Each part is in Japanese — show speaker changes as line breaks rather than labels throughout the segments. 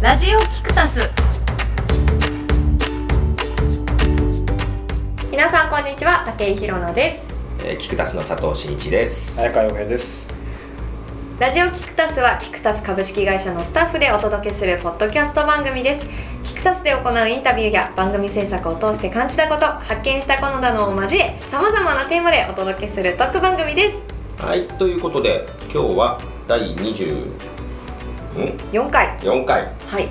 ラジオキクタス
皆さんこんにちは武井ひろなです
えー、キクタスの佐藤真一です。
早川洋平です。
ラジオキクタスはキクタス株式会社のスタッフでお届けするポッドキャスト番組ですキクタスで行うインタビューや番組制作を通して感じたこと発見したことなどを交えさまざまなテーマでお届けするトーク番組です
はい、ということで今日は第20ん
4回
4回
はい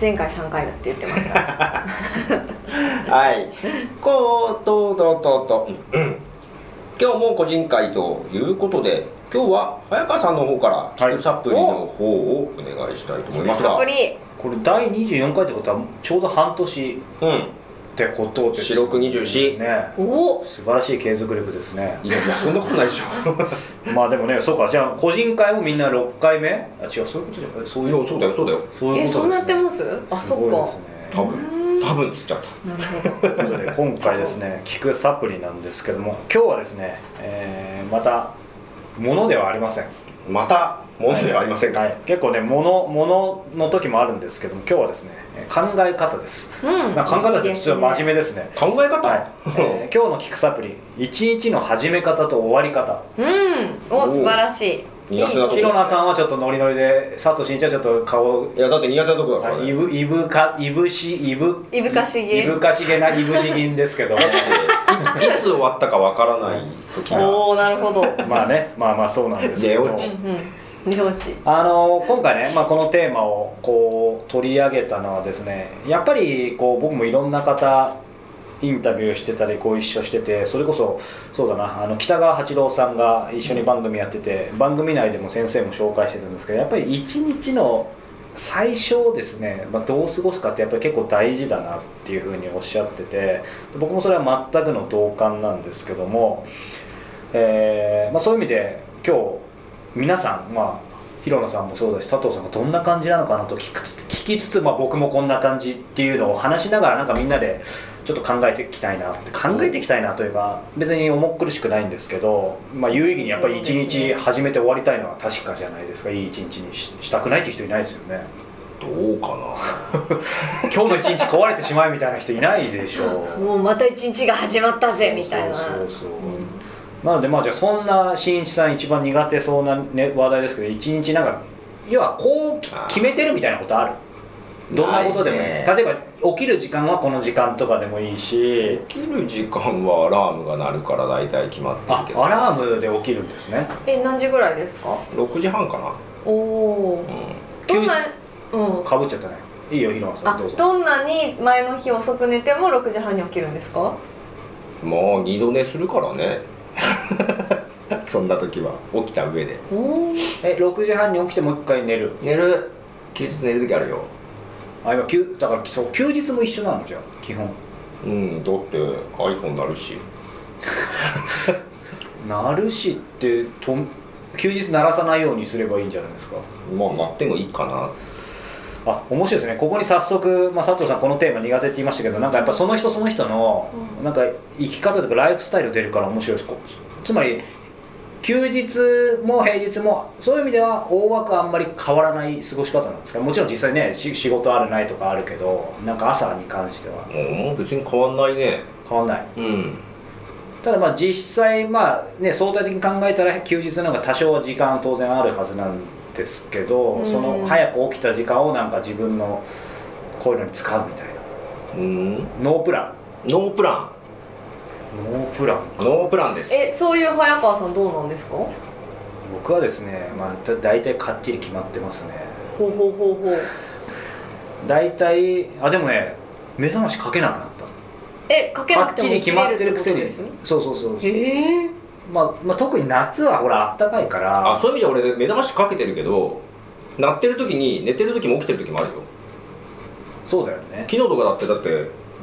前回3回だって言ってました
はいこうとうとうとうとううん今日も個人会ということで今日は早川さんの方からキ
はい
クサプリの方をお願いしたいと思いますが、
サプリ
これ第24回ってことはちょうど半年っ
うん
てことです
四六二十四
ね。
おお
素晴らしい継続力ですね。
いやいやそんなことないでしょ
まあでもね、そうか。じゃあ個人会もみんな6回目？あ違う、そういうことじゃない。そう
い
いう
やそうだよそうだよ
そういうこと
え
です、ね。
そうなってますあ
す
そ
ごいです
っ
ね。
か
多
う
分
ーん
多分つっちゃった
なるほど
ということで今回ですね、聞くサプリなんですけども、今日はですね、えーまた物ではありません。
また問題はありませんか、
はい、結構ね物物の時もあるんですけども今日はですねえー考え方です、
うん
まあ、考え方って実は
目
真面目ですね
考え方、
はい、え ー今日の聞くサプリ一日の始め方と終わり方
うんお
お
素晴らし
苦手なとこ
ひろなさんはちょっとノリノリで佐藤慎一はちょっと顔
いやだって苦手なとこだから
あ
ね
いぶいぶかいぶしいぶ
いいぶかしげ
いぶかしげないぶし銀ですけ ど
いついつ終わったかわからない時
い
が
おおなるほど
まあねまあまあそうなんですけど
寝落ち
うん寝落ち
あの今回ね、まあ、このテーマをこう取り上げたのはですねやっぱりこう僕もいろんな方インタビューしてたりこう一緒しててそれこそそうだなあの北川八郎さんが一緒に番組やってて番組内でも先生も紹介してたんですけどやっぱり一日の最初をですね、まあ、どう過ごすかってやっぱり結構大事だなっていうふうにおっしゃってて僕もそれは全くの同感なんですけども、えーまあ、そういう意味で今日皆さんまあ広野さんもそうだし佐藤さんがどんな感じなのかなと聞くつ聞きつつ、まあ、僕もこんな感じっていうのを話しながらなんかみんなでちょっと考えていきたいなって考えていきたいなというか別に重っ苦しくないんですけど、まあ、有意義にやっぱり一日始めて終わりたいのは確かじゃないですかいい一日にししたくないって人いないですよね
どうかな
今日の一日壊れてしまいみたいな人いないでしょう
もうまた一日が始まったぜみたいな
そうそうそうなのでまあじゃあそんな新一さん一番苦手そうな、ね、話題ですけど一日なんか要はこうき
あー
決めてるみたいなことあるどんなことでもいいです、
ない
例えば起きる時間はこの時間とかでもいいし
起きる時間はアラームが鳴るから大体決まって
あ
るけど
アラームで起きるんですね
え何時ぐらいですか
6時半か
おお
な、うん、
急
ど
に
んなうん
かぶっちゃったねいいよヒロさん
あ
どうぞ
どんなに前の日遅く寝ても6時半に起きるんですか
もう二度寝するからね そんな時は起きた上で
おお
え6時半に起きてもう一回寝る
寝る休日寝る時あるよ
あ今休だからそう休日も一緒なのじゃあ基本
うんだって iPhone 鳴るし
鳴るしってと休日鳴らさないようにすればいいんじゃないですか
まあ鳴ってもいいかな
あ面白いですねここに早速、まあ、佐藤さんこのテーマ苦手って言いましたけどなんかやっぱその人その人の
うん
なんか生き方とかライフスタイル出るから面白いですこつまり休日も平日もそういう意味では大枠あんまり変わらない過ごし方なんですかもちろん実際ねし仕事あるないとかあるけどなんか朝に関しては
もう別に変わんないね
変わんない
うん
ただまあ実際まあね相対的に考えたら休日の方が多少は時間当然あるはずなんですけど、
うん
その早く起きた時間をなんか自分のこういうのに使うみたいな
うん
ノープラン
ノープラ
ノープラン
ンノープランです
えそういう早川さんどうなんですかほ
僕はですね、まあ、だ大体かっちり決まってますね
うほうほうほう
大体あでもね目覚ましかけなくなっ
えかけ
た
な
か
く
ってち
も
り
起き
決
れ
ま
る
っ
ってて
る
こ
く
と
せ
で
に
す
そうそうそう、
ええ
まあまあ、特に夏はほらあったかいから
あそういう意味じゃ俺目覚ましかけてるけど鳴ってる時に寝てる時も起きてる時もあるよ
そうだよね
昨日とかだってだって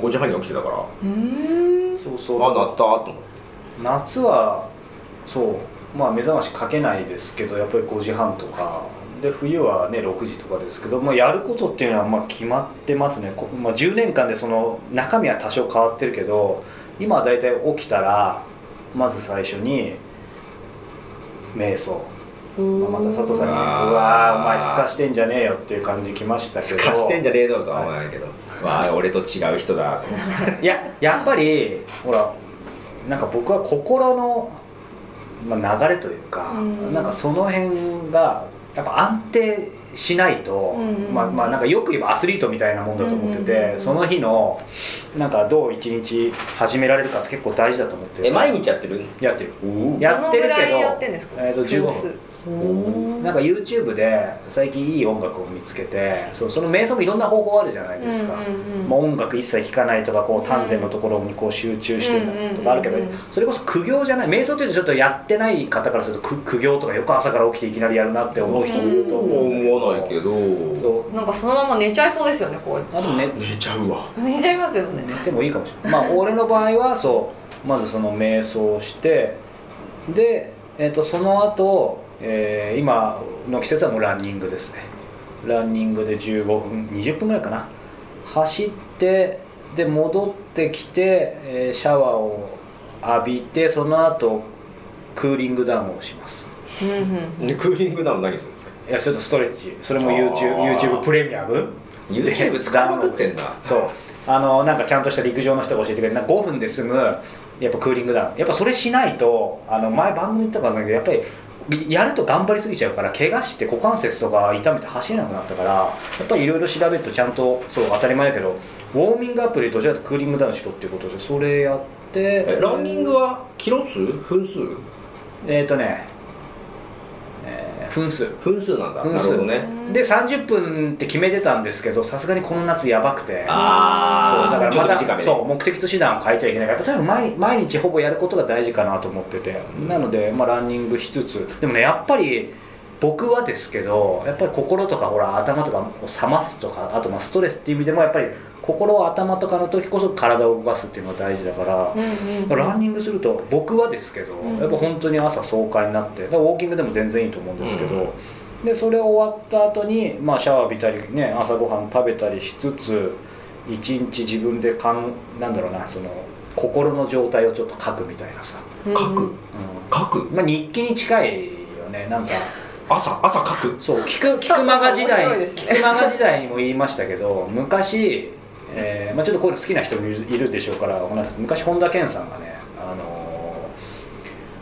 5時半に起きてたからあ
うーん
そうそ
鳴ったと思って
夏はそうまあ目覚ましかけないですけどやっぱり5時半とかで冬はね6時とかですけど、まあ、やることっていうのはまあ決まってますね、こまあ、10年間でその中身は多少変わってるけど今は大体起きたらまず最初に瞑想
う
まあまた佐藤さんに「う
あー
わーお前すかしてんじゃねえよ」っていう感じきましたけ
す
ど
かしてんじゃねえだろうとは思わないけど、わあ俺と違う人だと
いややっぱりほらなんか僕は心の、まあ、流れというか
うん
なんかその辺がやっぱ安定しないと、
うんうん
まあまあなんかよく言えばアスリートみたいなもんだと思ってて、
うんうんうん
その日のなんかどう一日始められるかって結構大事だと思ってる
え毎日やってる
やってる
おお
やってる
どのぐ
けど
らいやってんですか
えーと15分
分
なんか YouTube で最近いい音楽を見つけてそうその瞑想もいろんな方法あるじゃないですか、まあ、音楽一切聴かないとかこう丹田のところにこう集中してるとかあるけど
うんうんうんうん
それこそ苦行じゃない瞑想っていうとちょっとやってない方からすると苦苦行とかよく朝から起きていきなりやるなって思う人もいると思うんだ
思わないけど
そう
なんかそのまま寝ちゃいそうですよねこう
あでもね
寝ちゃうわ
寝ちゃいますよね
寝てもいいかもしれないまあ俺の場合はそうまずその瞑想をしてで、えっとその後、えー今の季節はもうランニングですねランニングで15分20分ぐらいかな走ってで戻ってきて、えーシャワーを浴びてその後クーリングダウンをします
うんうん
クーリングダウン何するんですか
いやちょっとストレッチそれも
あー
YouTube, YouTube プレミアム
YouTube 使いまくってんだ
そうあのなんかちゃんとした陸上の人が教えてくれるなんか5分で済むやっぱクーリングダウンやっぱそれしないとあの前番組言ったかなんだけどやっぱりやると頑張りすぎちゃうから怪我して股関節とか痛めて走れなくなったからやっぱりいろいろ調べるとちゃんとそう当たり前だけどウォーミングアップでどちらかというとクーリングダウンしろっていうことでそれやって
えランニングはキロ数分数
えっ、とね、えー分数
分数なんだ
分
なる
数
ほどね
で30分って決めてたんですけどさすがにこの夏やばくてそうだ
あ
か
あちょっと
らま
短
た
め
そう目的と手段を変えちゃいけないからやっぱり毎毎日ほぼやることが大事かなと思っててなので、まあ、ランニングしつつでもねやっぱり僕はですけどやっぱり心とかほら頭とかを冷ますとかあとまあストレスっていう意味でもやっぱり心頭とかの時こそ体を動かすっていうのが大事だから。ランニングすると僕はですけど、
うん
やっぱ本当に朝爽快になってだからウォーキングでも全然いいと思うんですけど、
うん
でそれ終わった後にまあシャワー浴びたりね朝ごはん食べたりしつつ一日自分でかんなんだろうなその心の状態をちょっと書くみたいなさ、
書く
う
書く
んまあ、日記に近いよねなんか
朝朝書く
そう菊菊間が時代
面白いですね
菊間が時代にも言いましたけど昔、えーまあ、ちょっとこういうの好きな人もいるいるでしょうからお話し昔本田健さんがね、あのー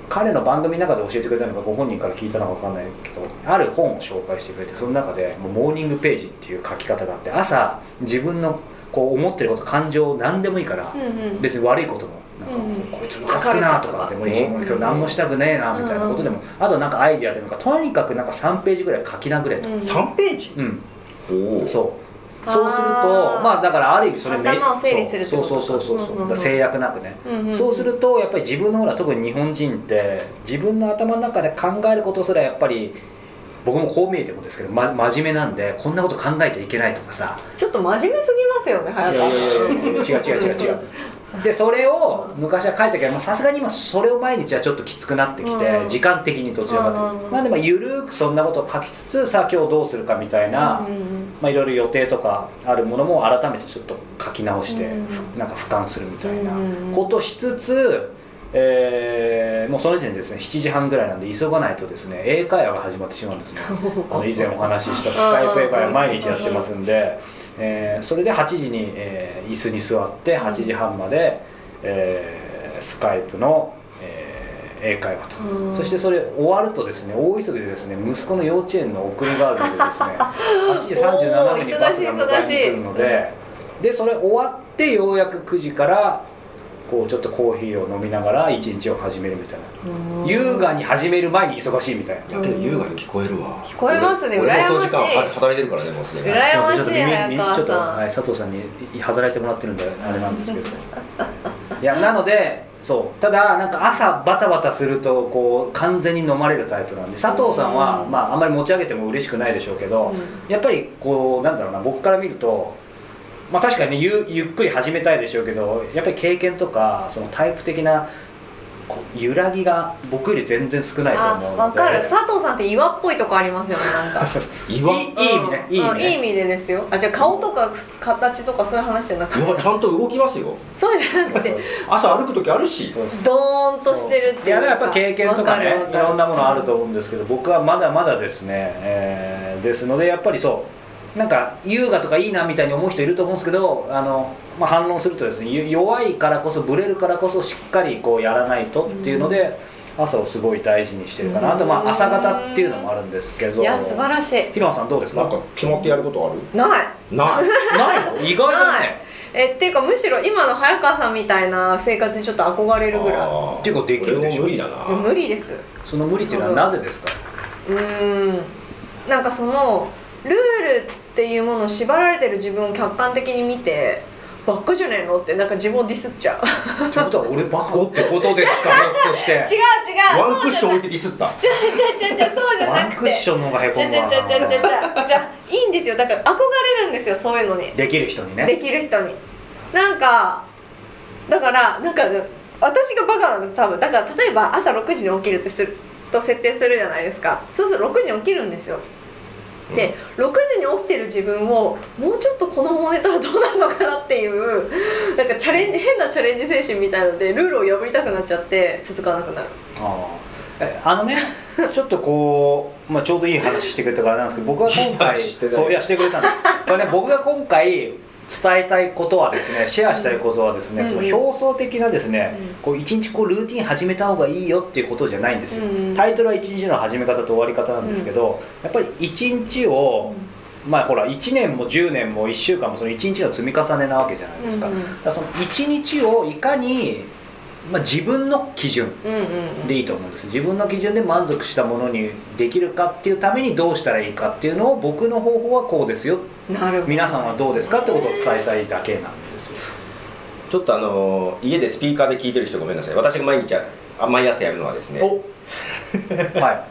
彼の番組の中で教えてくれたのかご本人から聞いたのか分かんないけどある本を紹介してくれてその中でもうモーニングページっていう書き方があって朝自分のこう思ってること感情何でもいいから
うんうん
別に悪いこともなんか、
うんうん
こいつムカつくなとかでもいいし、
うん
今日何もしたくねえなみたいなことでも、あとなんかアイディアでもなんかとにかくなんか3ページぐらい書き殴れと、
うん
三ページ
うん
おお
そう
あー
そうするとまあだからある意味それめ
頭を整理するってことか
そうそうそうそう
う
そう
んうんうん
だから制約なくね、
うんうん
そうするとやっぱり自分のほら特に日本人って自分の頭の中で考えることすらやっぱり僕もこう見えてもですけど、ま、真面目なんでこんなこと考えちゃいけないとかさ
ちょっと真面目すぎますよね
いやい
隼
や
人
いやいや違う違う違う違う でそれを昔は書いたけどまあさすがに今それを毎日はちょっときつくなってきて、
うん
時間的にどちらかという
う
と
ん
なんでまあゆるくそんなことを書きつつさあ今日どうするかみたいな、
うんうん
まあ、いろいろ予定とかあるものも改めてちょっと書き直して、
うん
ふなんか俯瞰するみたいな
うん
ことしつつ、えーもうその時点でですね7時半ぐらいなんで急がないとですね英会話が始まってしまう んですねあの以前お話ししたスカイプ英会話毎日やってますんで、えーそれで8時に、えー椅子に座って8時半まで、えースカイプの、えー英会話と。
うん
そしてそれ終わるとですね大急ぎでですね息子の幼稚園の送りがあるのでです ね8時37分にバスが迎えに来るのででそれ終わってようやく9時からこうちょっとコーヒーを飲みながら一日を始めるみたいな
うん
優雅に始める前に忙しいみたいな。
いやけど優雅に聞こえるわ
聞こえますね
俺俺
羨
も
ましい
その時間は働いてるからねもうすでに
羨ましい
すません
早川さん
ちょっと耳耳ちょっと、はい、佐藤さんに働いてもらってるんであれなんですけどいやなのでそうただなんか朝バタバタするとこう完全に飲まれるタイプなんで佐藤さんは、
うん
まああんまり持ち上げても嬉しくないでしょうけど、やっぱりこうなんだろうな僕から見るとまあ確かにねゆゆっくり始めたいでしょうけどやっぱり経験とかそのタイプ的なこう揺らぎが僕より全然少ないと
あ
思うので
わかる佐藤さんって岩っぽいとこありますよねなんか
岩
いいい意味ね
うん
いい意味ね
うんいい意味でですよあじゃあ顔とか形とかそういう話じゃなくて
岩ちゃんと動きますよ
そうじゃなくて
朝歩く時あるし
そうそう
ドーンとしてるって
い
いう
や
か
やっぱ経験と
わ
かね
るわ
い
る
ろんなものあると思うんですけど僕はまだまだですね、えーですのでやっぱりそうなんか優雅とかいいなみたいに思う人いると思うんですけどあの、まあ、反論するとですねゆ弱いからこそブレるからこそしっかりこうやらないとっていうので、朝をすごい大事にしてるかなあとまあ朝方っていうのもあるんですけど
いや素晴らしい
ヒロさんどうですか
なんか決まってやることある
ない
ない
ないの意外だ
ない
ね
えっていうかむしろ今の早川さんみたいな生活にちょっと憧れるぐらい
あー
っていうかできるでしょ
俺も無理だ
いや
な
無理です
その無理っていうのはなぜですか
うーんなんかそのルールっていうものを縛られてる自分を客観的に見てばっかじゃないのってなんか自分をディスっち ゃう
ってことは俺バカってことですかそして
違う違う
ワンクッション
そう
置いてディスった
じゃない違う違 う違うそうじゃ
ワ
な
ン
く
クッ
て
ションの方がへこ
じゃ
む
じゃ
わ
じゃじゃじゃじゃじゃいいんですよだから憧れるんですよそういうのに
できる人に
で
ね
きる人になんかだからなんか私がバカなんです多分だから例えば朝6時に起きるってすると設定するじゃないですかそうすると6時に起きるんですよで6時に起きてる自分をもうちょっとこのまま寝たらどうなるのかなっていうなんかチャレンジ変なチャレンジ精神みたいのでルールを破りたくなっちゃって続かなくなる
あーえあ のねちょっとこう、まあ、ちょうどいい話してくれたからなんですけど僕は今回
してない
そういやしてく れたんですこれね僕が今回伝えたいことはですねシェアしたいことはですね、
うん
その表層的なですね、
うん
こう一日こうルーティン始めた方がいいよっていうことじゃないんですよ、
うん
タイトルは一日の始め方と終わり方なんですけど、やっぱり一日を、まあほら1年も10年も1週間もその1日の積み重ねなわけじゃないですか、
うんうん
だからその1日をいかに、まあ、自分の基準
うんうんうん
でいいと思うんです自分の基準で満足したものにできるかっていうためにどうしたらいいかっていうのを僕の方法はこうですよ
なるほど
皆さんはどうですかってことを伝えたいだけなんですよ
ちょっとあのー家でスピーカーで聞いてる人ごめんなさい私が毎日あ毎朝やるのはですね
お は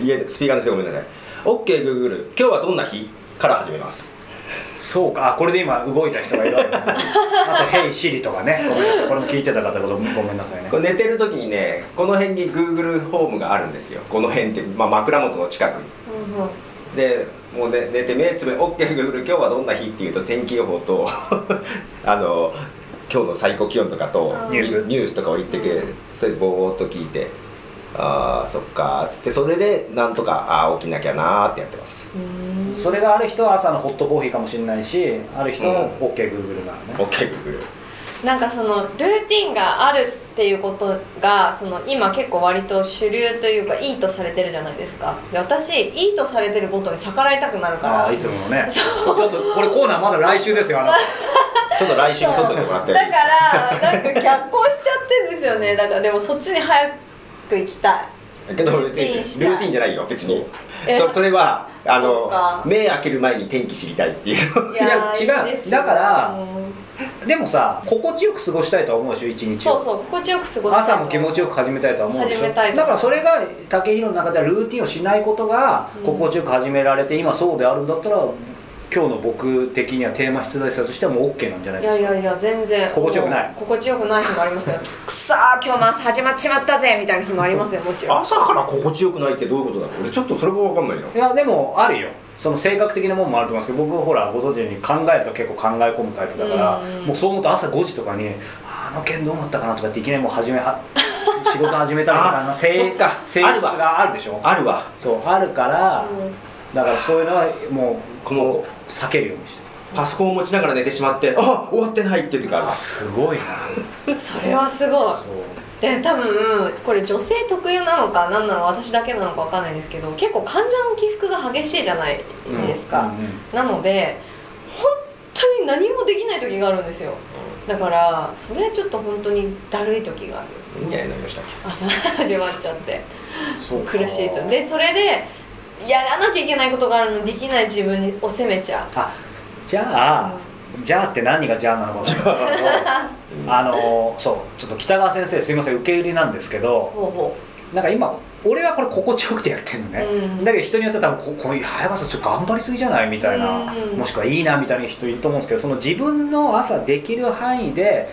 家でスピーカーの人ごめんなさい OKGoogle 今日はどんな日から始めます
いそうかあこれで今動いた人がいるわ けだあと「ヘイシリ」とかねごめんなさいこれも聞いてた方ごめんごめんなさいね
これ寝てる時にねこの辺に Google ホームがあるんですよこの辺って、まあ、枕元の近くに
うんうん
でもう、ね、寝て目つめ OKGoogle 今日はどんな日っていうと天気予報と あの今日の最高気温とかと
あー
ニュース
ニュースとかを言ってくれる
うん
それでぼーっと聞いてああそっかーっつってそれでなんとかあー起きなきゃなーってやってます
うん
それがある人は朝のホットコーヒーかもしれないしある人は
うん
OKGoogle なのね
OKGoogle
なんかそのルーティンがあるっていうことがその今結構割と主流というかいいとされてるじゃないですかで私いいとされてることに逆らいたくなるか
あ
ら
あいつものねちょっとこれコーナーまだ来週ですよあの
ちょっと来週に撮ってもらって
だ からなんか逆行しちゃってんですよねだからでもそっちに早く行きたい
だけど別に
ルーティ
ル
ン
ー
したい
ティンじゃないよ別に
え
そそれはあ
そっか
の目開ける前に天気知りたいっていうの
い
や違う
ですよ
だから
うん
でもさ心地よく過ごしたいとは思うでしょ一日
そ
を
うそう心地よく過ごしたい
朝も気持ちよく始めたいとは思うでしょ
始めたいと
だからそれが武宏の中ではルーティンをしないことが
うん
心地よく始められて、今そうであるんだったら今日の僕的にはテーマ出題者としてはもう OK なんじゃない
い
で
や
す
い
か
やいや全然
心地よくない
もう心地よくない日もありますよくそー今日も朝始まっちまったぜみたいな日もありますよもちろん
朝から心地よくないってどういうことだろう俺ちょっとそれも分かんないない
やでもあるよその性格的なもんもあると思いますけど僕ほらご存知のように考えると結構考え込むタイプだから、
うん
もうそう思うと朝5時とかに「ああの件どうなったかな」とかっていきなりもう始めは仕事始めたみたいな
あ
性
そっか
性質があるでしょ
あるわ
そうあるから、
うん
だからそういうのはも
この
う避けるようにして
パソコンを持ちながら寝てしまってあ終わってないっていう時がある
あすごいな
それはすごい
そう
で多分これ女性特有なのか何なの私だけなのかわかんないんですけど結構患者の起伏が激しいじゃないですか、
うんうん
なので本当に何もできない時があるんですよだからそれはちょっと本当にだるい時がある
いいんじゃないのよしたっけ
朝始まっちゃって
そうか
苦しいとでそれでやらなきゃいけないことがあるのにできない自分にを責めちゃう
あじゃあ、じゃあって何がじゃあなのか分かんないけどあのそうちょっと北川先生すいません受け売りなんですけど
ほうほ
なんか今俺はこれ心地よくてやってんの
う、
ね、
うん
だけど人によっては多分ここういう早川さんちょっと頑張りすぎじゃないみたいな、
うん
もしくはいいなみたいな人いると思うんですけどその自分の朝できる範囲で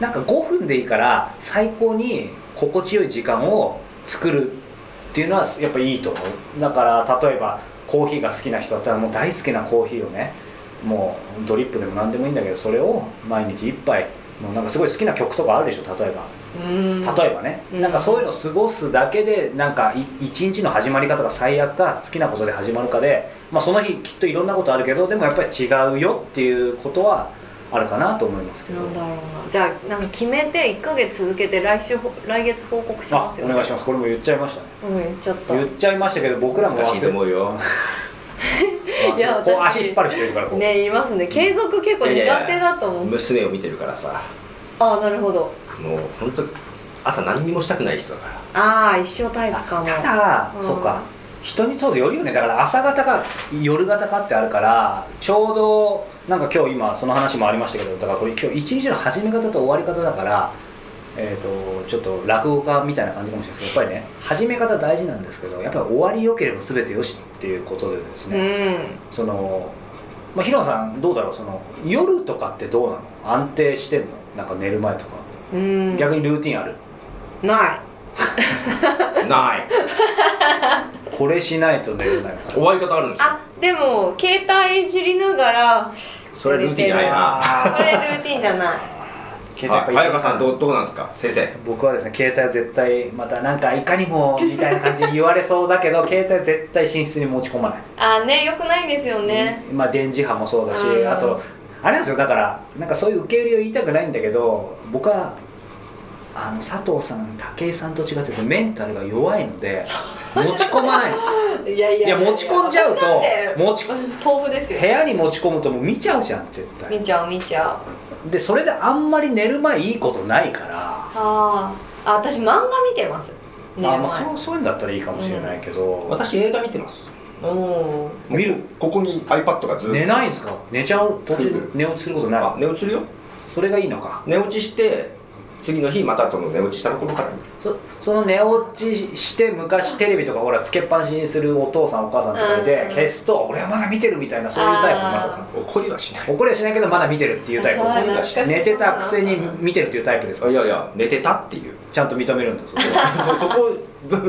なんか5分でいいから最高に心地よい時間を作るっていうのはやっぱいいと思うだから例えばコーヒーが好きな人だったらもう大好きなコーヒーをねもうドリップでも何でもいいんだけどそれを毎日一杯もうなんかすごい好きな曲とかあるでしょ例えば
うん
例えばね、
うん
なんかそういうのを過ごすだけでなんかい一日の始まり方が最悪か好きなことで始まるかで、まあ、その日きっといろんなことあるけどでもやっぱり違うよっていうことはあるかなと思いますけど
なんだろうなじゃあなんか決めて1か月続けて来週ほ来月報告しま
あ
す
お
よ
願いしますこれも言っちゃいましたね
うんちょっと
言っちゃいましたけど僕らも
難しいと
忘れ
思うよ
忘れ
いや私
こう足引っ張る人いるからこう、
ね言いますね継続結構苦手だと思う
娘を見てるからさ
ああなるほど
もう本当朝何にもしたくない人だから
ああ一生タイプか
あ
も
ただ、
うん
そうか人にそうでよるよねだから朝方か夜型かってあるからちょうどなんか今日今その話もありましたけどだからこれ今日一日の始め方と終わり方だからえー、とちょっと落語家みたいな感じかもしれないですけどやっぱりね始め方大事なんですけどやっぱり終わりよければ全てよしっていうことでです
う
ね、
ん
その、まあ、ヒロさんどうだろうその夜とかってどうなの安定してんのなんか寝る前とか、
うん
逆にルーティンある
ない
ない
これしないと寝れないみたい
終わり方あるんですよ
あでも携帯いじりながら
それはルーティンじゃないな
な
これルーティンじゃない
は
携帯
い
やっ
早
ぱり
川さんどうどうなんですか先生
僕はですね携帯は絶対またなんかいかにもみたいな感じに言われそうだけ ど携帯絶対寝室に持ち込まない
あねよくないんですよね
まあ電磁波もそうだし、
うん
あとあれなんですよだからなんかそういう受け売りを言いたくないんだけど僕はあの佐藤さん武井さんと違ってメンタルが弱いので持ち込まないです
いやい
いや持ち込んじゃう
私だって
と持ち
豆腐ですよ
部屋に持ち込むともう見ちゃうじゃん絶対
見ちゃう見ちゃう
でそれであんまり寝る前いいことないから
あーあ私漫画見てます寝る
あ
前
まあ、そうそういうんだったらいいかもしれないけど、
私映画見てます
おー
見る
ここに iPad がずっと
寝ないんですか寝ちゃう途
来
中
る
寝落ちすることない
あ寝落ちするよ
それがいいのか
寝落ちして次の日またその寝落ちしたところから
そその寝落ちして昔テレビとかほらつけっぱなしにするお父さんお母さんとかい
うん
て
うん
消すと「俺はまだ見てる」みたいなそういうタイプいます
あ
か
怒りはしない
怒りはしないけどまだ見てるっていうタイ
あー
プ
懐かしそう
寝てたくせに見てるっていうタイプですか
いやいや寝てたっていう
ちゃんと認めるんです
そそこ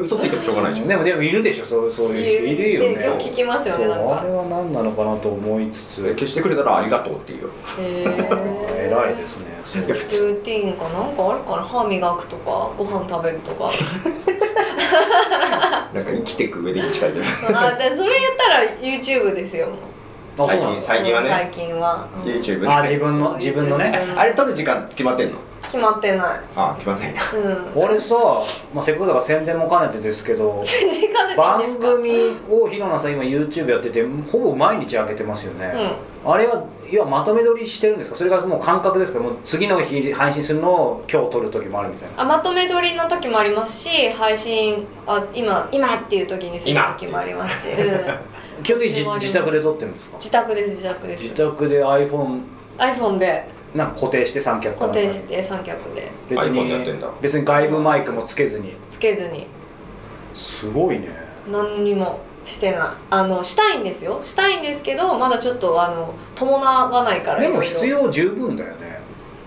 嘘ついてもしょうがないじゃん
でもでもいるでしょそうそういう人いるよ
そう
ね
聞きますよ
そう
ねなん
あ
か
れは何なのかなと思いつつ
消してくれたらありがとうっていうよ
へー
偉いですねそう
いや普通
ルーティーンかなんかあるかな歯磨くとかご飯食べると か
なんか生きてく上で近いけど
あでそれ言ったら YouTube ですよもう
あそう
最
なん
近最
だ
近はね
最近は、うん
YouTube
あ
で
自分の自分のね
えあれ撮る時間決まってんの
決まってない
あ決まってんや
うん
俺さ、まあ、せっかくだから宣伝も兼ねてですけ ど
全然行かないん
番
ですか
組をひろなさん今 YouTube やっててほぼ毎日上げてますよね、あれはいやまとめ撮りしてるんですかそれがもう感覚ですかもう次の日配信するのを今日撮る時もあるみたい
あまとめ撮りの時もありますし配信あ今今っていう時にする
今
時もありますし、うん、
な基本的にじ自宅で撮ってるんですか
自宅です自宅で
自
す
宅で iPhone
iPhone で
なんか固定して三脚かな
固
んかに
定して三脚で
別
iPhone でやってんだ
に別に外部マイクもつけずに
つけずに
すごいね
何にもしてないあのしたいんですよしたいんですけどまだちょっとあの伴わないから
でも必
色々
要十分だよね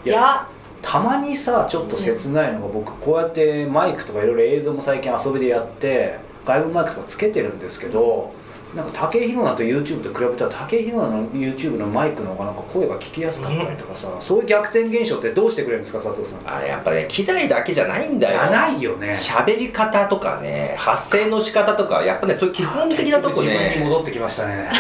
いや
たまにさちょっと切ないのが、僕こうやってマイクとかいろいろ映像も最近遊びでやって外部マイクとかつけてるんですけどなんか武井宏奈と YouTube と比べたら武井宏奈の YouTube のマイクの方がなんか声が聞きやすかったりとかさ、そういう逆転現象ってどうしてくれるんですか佐藤さん
あれやっぱね機材だけじゃないん
じ
だ
ゃ
よ
ないよね
喋り方とかね発声の仕方とかやっぱねそういう基本的なとこ
自分に
ね
戻ってきましたね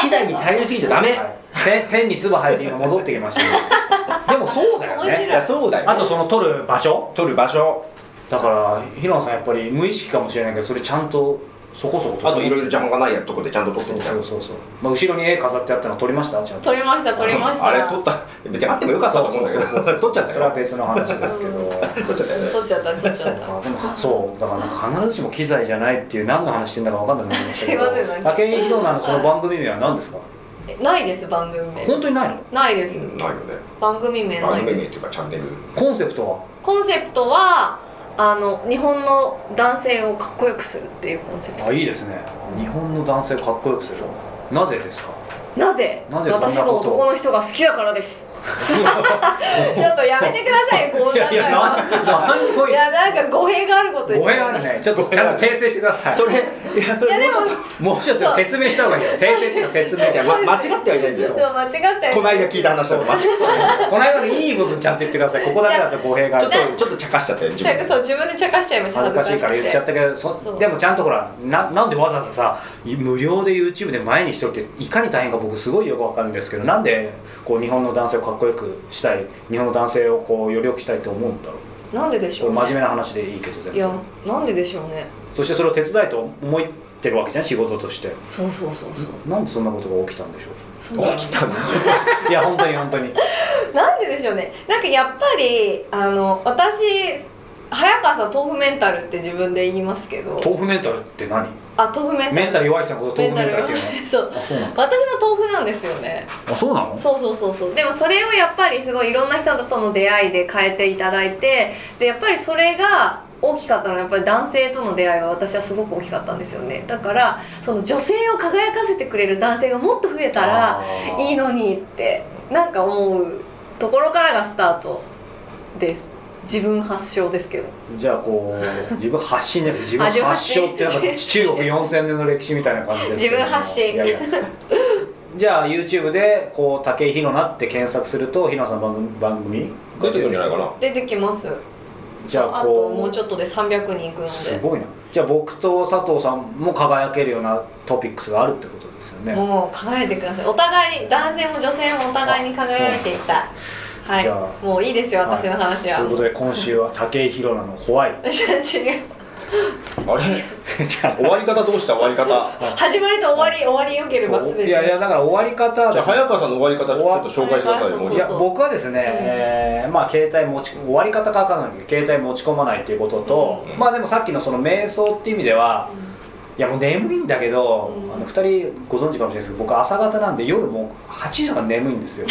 機材に頼りすぎちゃダメ
はい天天に唾吐いて今戻ってきましたねでもそうだよ
面
い
ね
白
やそうだよ
あとその撮る場所
撮る場所
だから平野さんやっぱり無意識かもしれないけどそれちゃんとそこそこ
あといろいろ
じゃ
邪魔がないとこでちゃんと撮って
そ
み
う
た
そうそうそう、まあ、後ろに絵飾ってあったの撮りましたちゃんと
撮りました撮りました
あれ撮った別にあってもよかったと思うんだけ
そうそうそう
ど撮っちゃった
それは
よ
別の話ですけど
うん
撮っちゃったよね
撮っちゃった撮っち
そ
ゃ
う
っ た
かでもそうだからなんか必ずしも機材じゃないっていう何の話してんだか分かんなくなりましたけど
すいませんなんか
武井宏奈のその番組名は何ですか
えないです番組名
本当にないの
ないです、
うんないよね
番組名な
番
い
組名
で
って
す
いうかチャンネル
コンセプトは
コンセプトはあの日本の男性をかっこよくするっていうコンセプト
あいいですね日本の男性をかっこよくするなぜですか
なぜ
なぜそんなこと
私が男の人が好きだからですちょっとやめてくださいよこん
い
な
や
の
い
よ
やな何個
いやなんか語弊があること言っ
語
て
弊あるねちょっとちゃんと訂正してください
それいやそ
いや
れ
で
もう
も
ちょっと
もう一つ説明した方がいいよ訂正っていうか説明
じゃあ、ま、間違ってはいないんだ
そう
よ
間違ったよ
この間聞いた話だと間違って
この間のいい部分ちゃんと言ってくださいここだけだと語弊があ
ちょ
る
っとちょっと茶化しちゃったよ自分で
そう自分で茶化しちゃいました
恥
恥ず
ずかし
か
い
しく
か
て
ら言っちゃったけど
そ
そうでもちゃんとほらななんでわざわざさい無料で YouTube で前にしといていかに大変か僕すごいよくわかるんですけどなんでこう日本の男性をかっこよくしたい日本の男性をこうより良くしたいと思うんだろう
なんででし
こ
ょ
れ
う、
真面
ね、
目な話でいいけど全
いや
然
なんででしょうね
そしてそれを手伝いと思ってるわけじゃん仕事として
そうそうそうそう
なんでそんなことが起きたんでしょう
そうなの
起きたんですよ
いや本当に本当に
なんででしょうねなんかやっぱりあの私早川さん豆腐メンタルって自分で言いますけど
豆腐メンタルって何
あ豆腐メンタル
メンタル弱い人のことを豆腐メンタルっていうの
そう
あそうなの
私も豆腐なんですよね
あそうなの
そうそうそうそうでもそれをやっぱりすごいいろんな人との出会いで変えていただいてでやっぱりそれが大きかったのはやっぱり男性との出会いが私はすごく大きかったんですよねだからその女性を輝かせてくれる男性がもっと増えたらいいのにってなんか思うところからがスタートです自分発祥ですけど
じゃあこう自分発 信じゃなくて自
あ自
分
分
発
発信
祥ってなんか中国4000年の歴史みたいな感じですけど
自分発信
いやいやじゃあ YouTube でこう武井ひろなって検索するとひろなさんの番組番組
出てくるんじゃないかな
出てきます
じゃあ
あと
こう
もうちょっとで300人いくの
す
で
ごいなじゃあ僕と佐藤さんも輝けるようなトピックスがあるってことですよね、
もう輝いてくださいお互い男性も女性もお互いに輝いていたは
じゃあ
いもういいですよ
はい
私の話
と
は、
いうことで今週は武井ひろなのホ ワイ
違う
あれ
じゃあ
終わり方どうした終わり 方
始まりと終わり終わりよければ全
そう
て
いやいやだから終わり方は
じゃあ早川さんの終わり方ちょっと紹介し
終
てください
わ
も
り
う
い
じゃ
や
そうそう
僕はですね、
ん
えーまあ、携帯持ち終わり方かわからないんだけど携帯持ち込まないということと、
うん
まあでもさっきのその瞑想っていう意味ではいやもう眠いんだけど、
うん
あの2人ご存知かもしれないですけど僕朝方なんで夜もう8時とか眠いん ですよ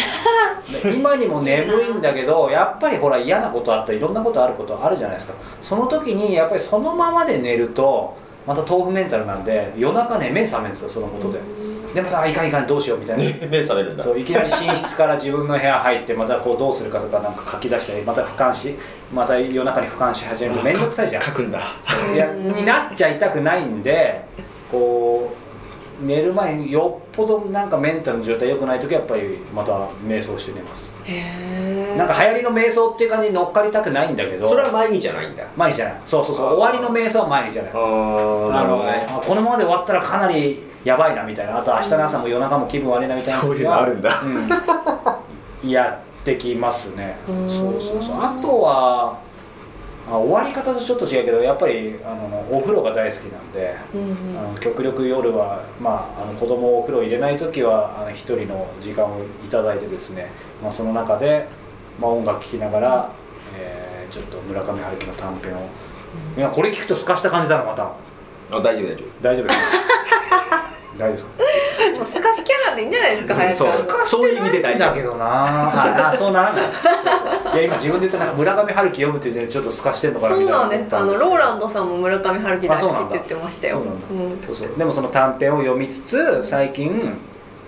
で今にも眠いんだけどやっぱりほら嫌なことあったりいろんなことあることあるじゃないですかその時にやっぱりそのままで寝るとまた豆腐メンタルなんで夜中ね目覚めるんですよそのことで、でまたあいかんいかんどうしようみたいな、
あ目されるんだ
そういきなり寝室から自分の部屋入ってまたこうどうするかとかなんか書き出したりまた俯瞰しまた夜中に俯瞰し始めると面倒くさいじゃん
書くんだ
いやになっちゃいたくないんでこう寝る前によっぽどなんかメンタルの状態良くない時はやっぱりまた瞑想して寝ます
へえ
なんか流行りの瞑想っていう感じに乗っかりたくないんだけど
それは前にじゃないんだ
毎日じゃないそうそうそう終わりの瞑想は毎日じゃない
あー
あのあこのままで終わったらかなりやばいなみたいなあと明日の朝も夜中も気分悪いなみたいな時は
そういうのあるんだ
うん、やってきますね
うーん
そうそうそうあとはあ終わり方とちょっと違うけどやっぱりあのお風呂が大好きなんで、
うんう
あ
ん
の極力夜は、まあ、あの子供をお風呂入れない時はあの一人の時間をいただいてですね、まあ、その中で、まあ、音楽聴きながら、えーちょっと村上春樹の短編をいやこれ聞くとすかした感じだなまた
あ大丈夫大丈
大丈夫です か大丈夫ですか
もう透かしキャラでいいんじゃないですか
夫
早川さん
そうそういう意味で大丈
だ
夫
けどなああそうならないそうそういや今自分で言ったなんか村上春樹読むって全然ちょっと透かしてんのかな
そ
み
う
たい
な
な
んですあのローランドさんも村上春樹大好きって言ってましたよ
あそうなんだ
う
そうそうでもその短編を読みつつ最近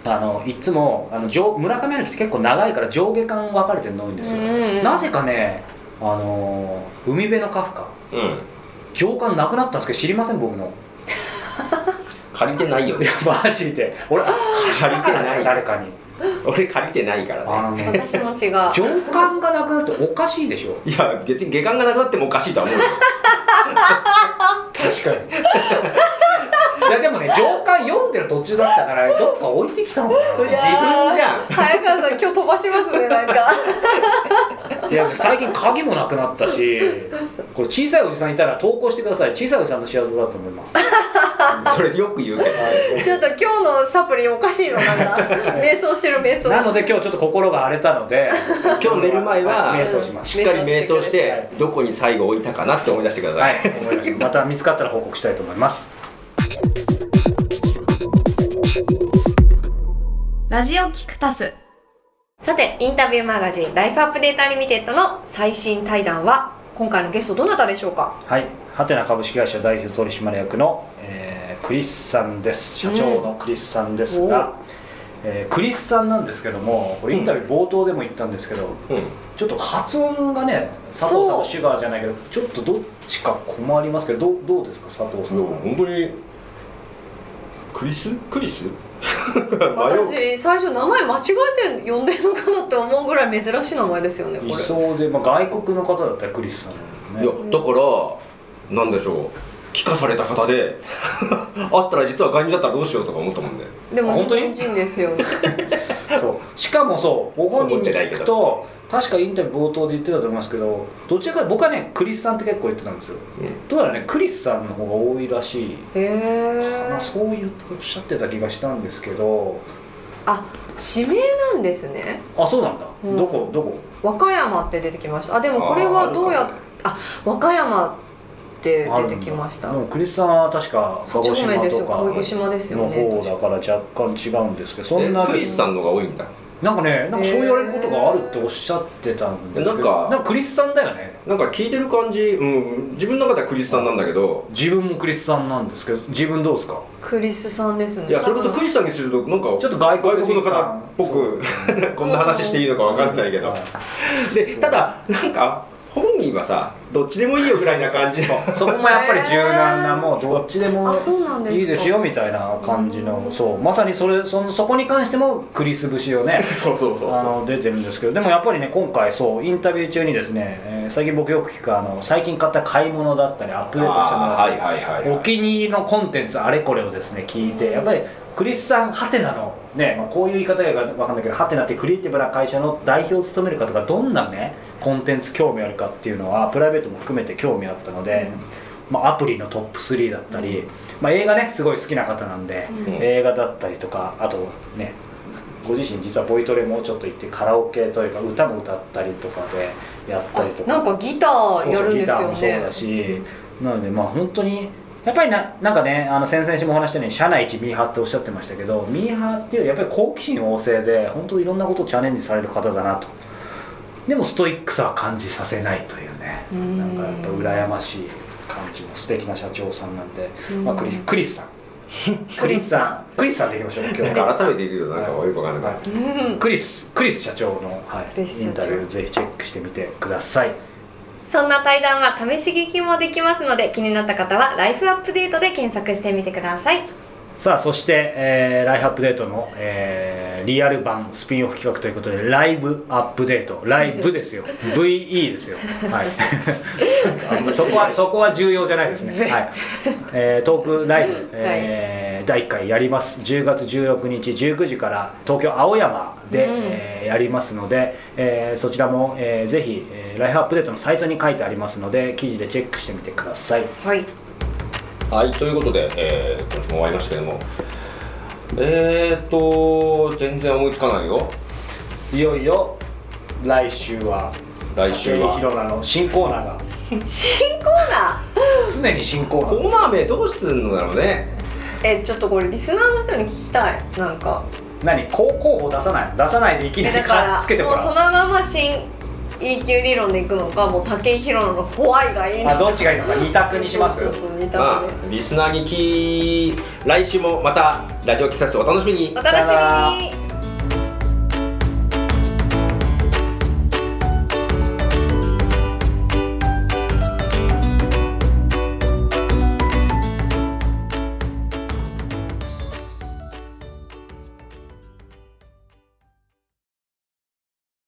あのいつもあの上村上春樹って結構長いから上下巻分かれてるの多いんですよ、
うんうん
なぜかねあのー海辺のカフカ
うん
上巻なくなったんですけど知りません僕 の
借りてないよ
いやマジで俺
借りてない
誰かに
俺借りてないから
あ
ね
のね
私も 違う
上巻がなくなるとおかしいでしょ
いや別に下巻がなくなってもおかしいとは思うよ
確かにいやでもね上巻読んでる途中だったからどっか置いてきたのかな
それ自分じゃん
早川さん今日飛ばしますねなんか
いや最近鍵もなくなったしこれ小さいおじさんいたら投稿してください小さいおじさんの仕業だと思います
それよく言うけど
ちょっと今日のサプリおかしいのなん か瞑想してる瞑想
なので今日ちょっと心が荒れたので
今日寝る前はい
瞑想します
しっかり瞑想してどこに最後置いたかなって思い出してくださ、
はいい思いましたまた見つかったら報告したいと思います
ラジオキクタスさてインタビューマガジン「ライフアップデータリミテッド」の最新対談は今回のゲストどなたでしょうか
はいハテナ株式会社代表取締役の、えークリスさんです社長のクリスさんですが、えークリスさんなんですけどもこれインタビュー冒頭でも言ったんですけど、
うん
ちょっと発音がね佐藤さんのシュガーじゃないけどちょっとどっちか困りますけどどうどうですか佐藤さん
いや本当にクリスクリス迷う
私最初名前間違えて呼んでるのかなって思うぐらい珍しい名前ですよねこれ
いそうで、まあ、外国の方だったらクリスさんだ
いや
よ
だ
ね
からなんでしょう聞かされた方で あったら実は外人だったらどうしようとか思ったもんね
でも
あ本当に
日本人ですよ ね
そうしかもそうご本人に聞くと確かインタビュー冒頭で言ってたと思いますけどどちらか僕はねクリスさんって結構言ってたんですよ
うん
どうやらねクリスさんの方が多いらしい
へえ
まあそう言っておっしゃってた気がしたんですけど
地名なんですね
あそうなんだ、
うん
どこどこ
和歌山って出てきましたあでもこれはどうやっ和歌山って出てきまし
あ
た
るんだでもクリスさんは確か鹿
そっ
児
ち方面
島
です
と
よ
か
鹿児島ですよ
の
ね
方だから若干違うんですけどそんな
えクリスさんのが多いんだ
なんかねなんかそう言われることがあるっておっしゃってたんですけど
えーなんか
クリスさんだよね
なんか聞いてる感じ、うん、自分の中ではクリスさんなんだけど
自分もクリスさんなんですけど自分どうですか
クリスさんですね
いやそれこそクリスさんにするとなんか
ちょっと外
外
国
国の
人
方っ
感
ぽ
そう
くこんな話していいのかわかんないけど
はい
でただなんか本人はさどっちでもいいよぐらいな感じの
そこもやっぱり柔軟なもうどっちでも
あそうなんですか
いいですよみたいな感じのそうまさにそれそのそこに関してもクリス節をね
そうそうそうそう
あの出てるんですけどでもやっぱりね今回そうインタビュー中にですね、えー最近僕よく聞くあの最近買った買い物だったりアップデートしてもら
あ
っ
ー
た
は
り
いはいはい、
お気に入りのコンテンツあれこれをですね聞いてやっぱりクリスさんハテナのね、まあ、こういう言い方がわかんないけどハテナってクリエイティブな会社の代表を務める方がどんなねコンテンツ興味あるかっていうのはプライベートも含めて興味あったので、まあ、アプリのトップ3だったり、まあ、映画ねすごい好きな方なんで、
うん
映画だったりとかあとねご自身実はボイトレもちょっと行ってカラオケというか歌も歌ったりとかでやったりと
あ
か
なんかギターやるんですよ
そうそうギターもそう
ね
だしなのでまあ本当にやっぱりななんかねあの先々週もお話ししたように社内一ミーハーっておっしゃってましたけどミーハーっていうよりやっぱり好奇心旺盛で本当いろんなことをチャレンジされる方だなとでもストイックさは感じさせないというね
うん
なんかやっぱ羨ましい感じの素敵な社長さんなんで、
うん
まあ、クリク リスさん
クリスさ
んクリスさんでいきましょう今日
なんか改めて言うとなんかよくわかんない、
はい
うん
クリスクリス社長の、は
ク
い、
リス社長
インタビューぜひチェックしてみてください
そんな対談は試し聞きもできますので気になった方は「ライフアップデート」で検索してみてください
さあそして、えーライフアップデートの、えーリアル版スピンオフ企画ということでライブアップデートライ ブですよ VE ですよはい あそこはそこは重要じゃないですね、はいえートーク ライブ、えー第1回やります10月16日19時から東京青山で、
うん
えーやりますので、えーそちらも、えーぜひ、えーライフアップデートのサイトに書いてありますので記事でチェックしてみてください
はい
はい、ということで、えー、今週も終わりましたけどもえーと全然思いつかないよ
いよいよ来週は
来週は
ひろなの新コーナーが
新コーナー
常に新コーナ
コ
ー
ーナー名どうするのだろうね
えちょっとこれリスナーの人に聞きたいなんか
何高候補出さない出さないでいきな
え
り
だか
か
ら
つけても
もう
ら
そうのまま新 E 級理論でいくのかもう武井宏のホワイがいい
あ
な
どっちがいいのか二択にします
そうそうそう二
ま
択で
あリスナーにき来週もまたラジオ聞かせてお楽しみに
お楽しみに